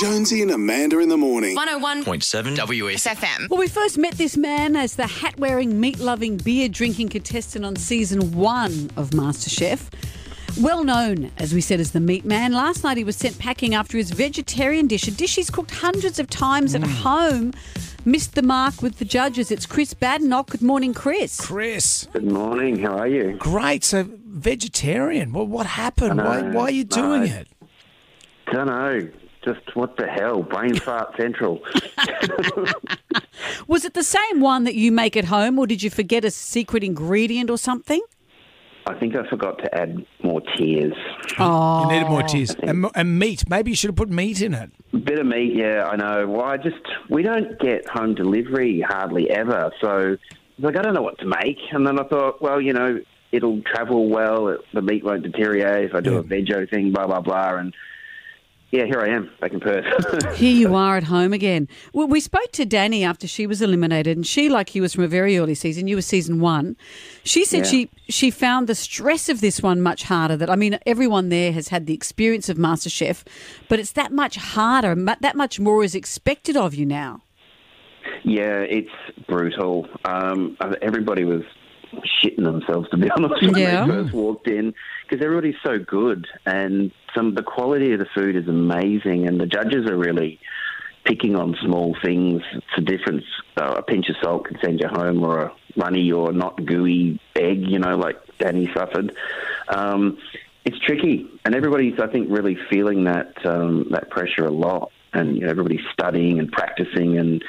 Jonesy and Amanda in the morning. 101 101.7 WS. FM. Well, we first met this man as the hat wearing, meat loving, beer drinking contestant on season one of MasterChef. Well known, as we said, as the meat man. Last night he was sent packing after his vegetarian dish, a dish he's cooked hundreds of times at home, missed the mark with the judges. It's Chris Badenoch. Good morning, Chris. Chris, Good morning. How are you? great. So vegetarian. Well, what happened? I know, why, why are you doing no. it? Don't know. Just what the hell? Brain fart central. Was it the same one that you make at home, or did you forget a secret ingredient or something? I think I forgot to add more tears. You needed more tears and, mo- and meat. Maybe you should have put meat in it. Bit of meat, yeah, I know. Well, I just we don't get home delivery hardly ever, so I was like I don't know what to make. And then I thought, well, you know, it'll travel well. It, the meat won't deteriorate if I do a veggie thing, blah blah blah. And yeah, here I am back in Perth. Here you are at home again. Well, we spoke to Danny after she was eliminated, and she, like you, was from a very early season. You were season one. She said Yeah. she she found the stress of this one much harder. That I mean, everyone there has had the experience of MasterChef, but it's that much harder. mu- That much more is expected of you now. Yeah, it's brutal. Um, everybody was shitting themselves, to be honest, when Yeah. they first walked in because everybody's so good, and some the quality of the food is amazing, and the judges are really picking on small things. It's a difference. Uh, a pinch of salt can send you home, or a runny or not gooey egg, you know, like Danny suffered. Um, it's tricky, and everybody's, I think, really feeling that um, that pressure a lot, and you know, everybody's studying and practicing and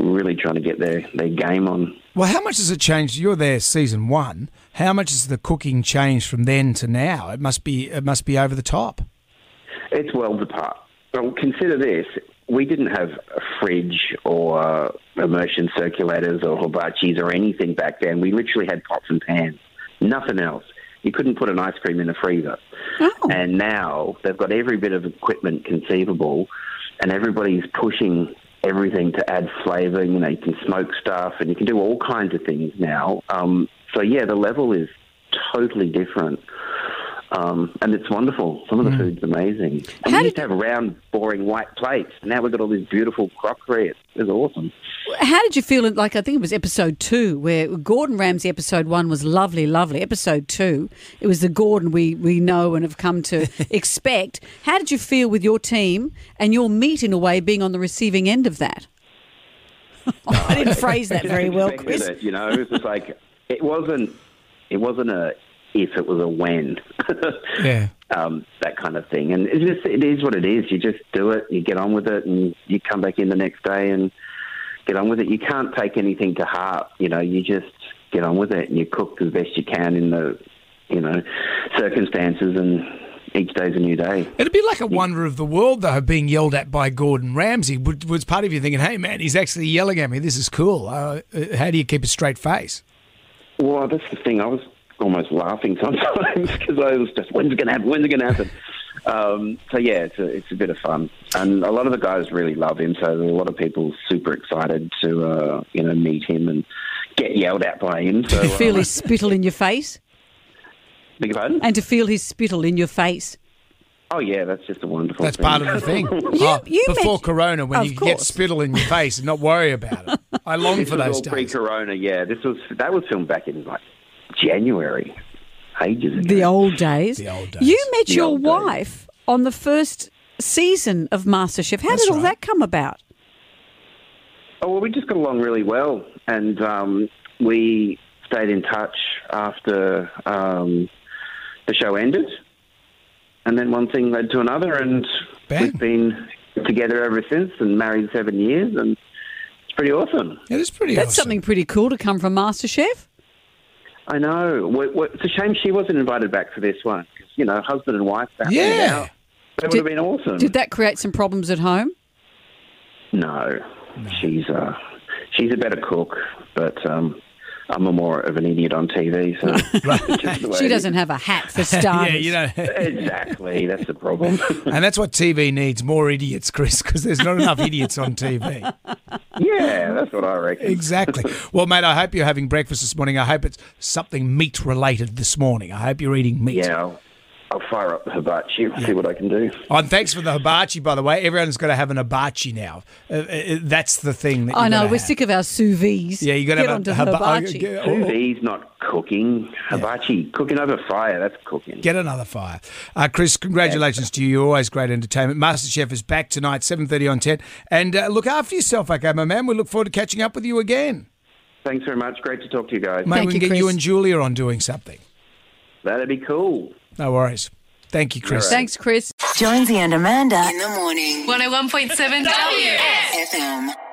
really trying to get their, their game on. Well, how much has it changed? You're there season one. How much has the cooking changed from then to now? It must be. It must be over the top. It's worlds apart. Well, consider this. We didn't have a fridge or uh, immersion circulators or hibachis or anything back then. We literally had pots and pans, nothing else. You couldn't put an ice cream in the freezer. And now they've got every bit of equipment conceivable, and everybody's pushing everything to add flavour. You know, you can smoke stuff and you can do all kinds of things now. Um, so, yeah, the level is totally different. Um, and it's wonderful. Some of the food's amazing. And Hmm. How we did- used to have round, boring white plates. Now we've got all this beautiful crockery. It's, it's awesome. How did you feel? in- Like I think it was episode two where Gordon Ramsay. Episode one was lovely, lovely. Episode two, it was the Gordon we we know and have come to expect. How did you feel with your team and your meat in a way being on the receiving end of that? I didn't phrase that very well, Expected Chris. It, you know, it's just like it wasn't. It wasn't a if. It was a when. Yeah. um, that kind of thing. And it's just, it is what it is. You just do it, you get on with it, and you come back in the next day and get on with it. You can't take anything to heart. You know, you just get on with it and you cook as best you can in the, you know, circumstances, and each day's a new day. It'd be like a wonder of the world, though, being yelled at by Gordon Ramsay. Would- Was part of you thinking, "Hey, man, he's actually yelling at me. This is cool." Uh, uh, how do you keep a straight face? Well, that's the thing. I was almost laughing sometimes because I was just, when's it going to happen? When's it going to happen? Um, so yeah, it's a, it's a bit of fun, and a lot of the guys really love him. So there are a lot of people super excited to uh, you know meet him and get yelled at by him. So To feel uh, his spittle in your face beg your pardon? and to feel his spittle in your face. Oh yeah, that's just a wonderful. That's thing. part of the thing. Oh, you before mentioned- Corona, when Of you get course. spittle in your face and not worry about it. I long This for was those all days. pre-corona. Yeah, this was that was filmed back in like January, ages ago. The old days. The old You days. met The your old days. wife on the first season of MasterChef. How That's did all right. that come about? Oh well, we just got along really well, and um, we stayed in touch after um, the show ended, and then one thing led to another, and Bang. we've been together ever since, and married seven years, and it's pretty awesome. It is pretty. That's awesome. something pretty cool to come from MasterChef. I know. What, what, it's a shame she wasn't invited back for this one. 'cause, you know, husband and wife. That Yeah. that would have been awesome. Did that create some problems at home? No, she's uh, she's a better cook, but um, I'm a more of an idiot on TV. So it's just the way it She is. doesn't have a hat for starters. Yeah, you know. Exactly, that's the problem. And that's what TV needs more idiots, Chris, because there's not enough idiots on TV. yeah, that's what I reckon. Exactly. Well, mate, I hope you're having breakfast this morning. I hope it's something meat related this morning. I hope you're eating meat. Yeah, I'll, I'll fire up the hibachi and see what I can do. Oh, and thanks for the hibachi, by the way. Everyone's got to have an hibachi now. Uh, uh, that's the thing. That I you know, gotta we're have. sick of our sous vides. Yeah, you got to Get have onto a hiba- uh, hibachi. get- Sous oh, vide's not cooking. Hibachi, cooking over fire, that's cooking. Get another fire, uh, Chris. Congratulations to you. You're always great entertainment. MasterChef is back tonight, seven thirty on ten. And uh, look after yourself, okay, my man. We look forward to catching up with you again. Thanks very much. Great to talk to you guys. Maybe Thank we you, can get you Chris. and Julia on doing something. That'd be cool. No worries. Thank you, Chris. Thanks, Chris. Jonesy and Amanda in the morning. 101.7 W. FM.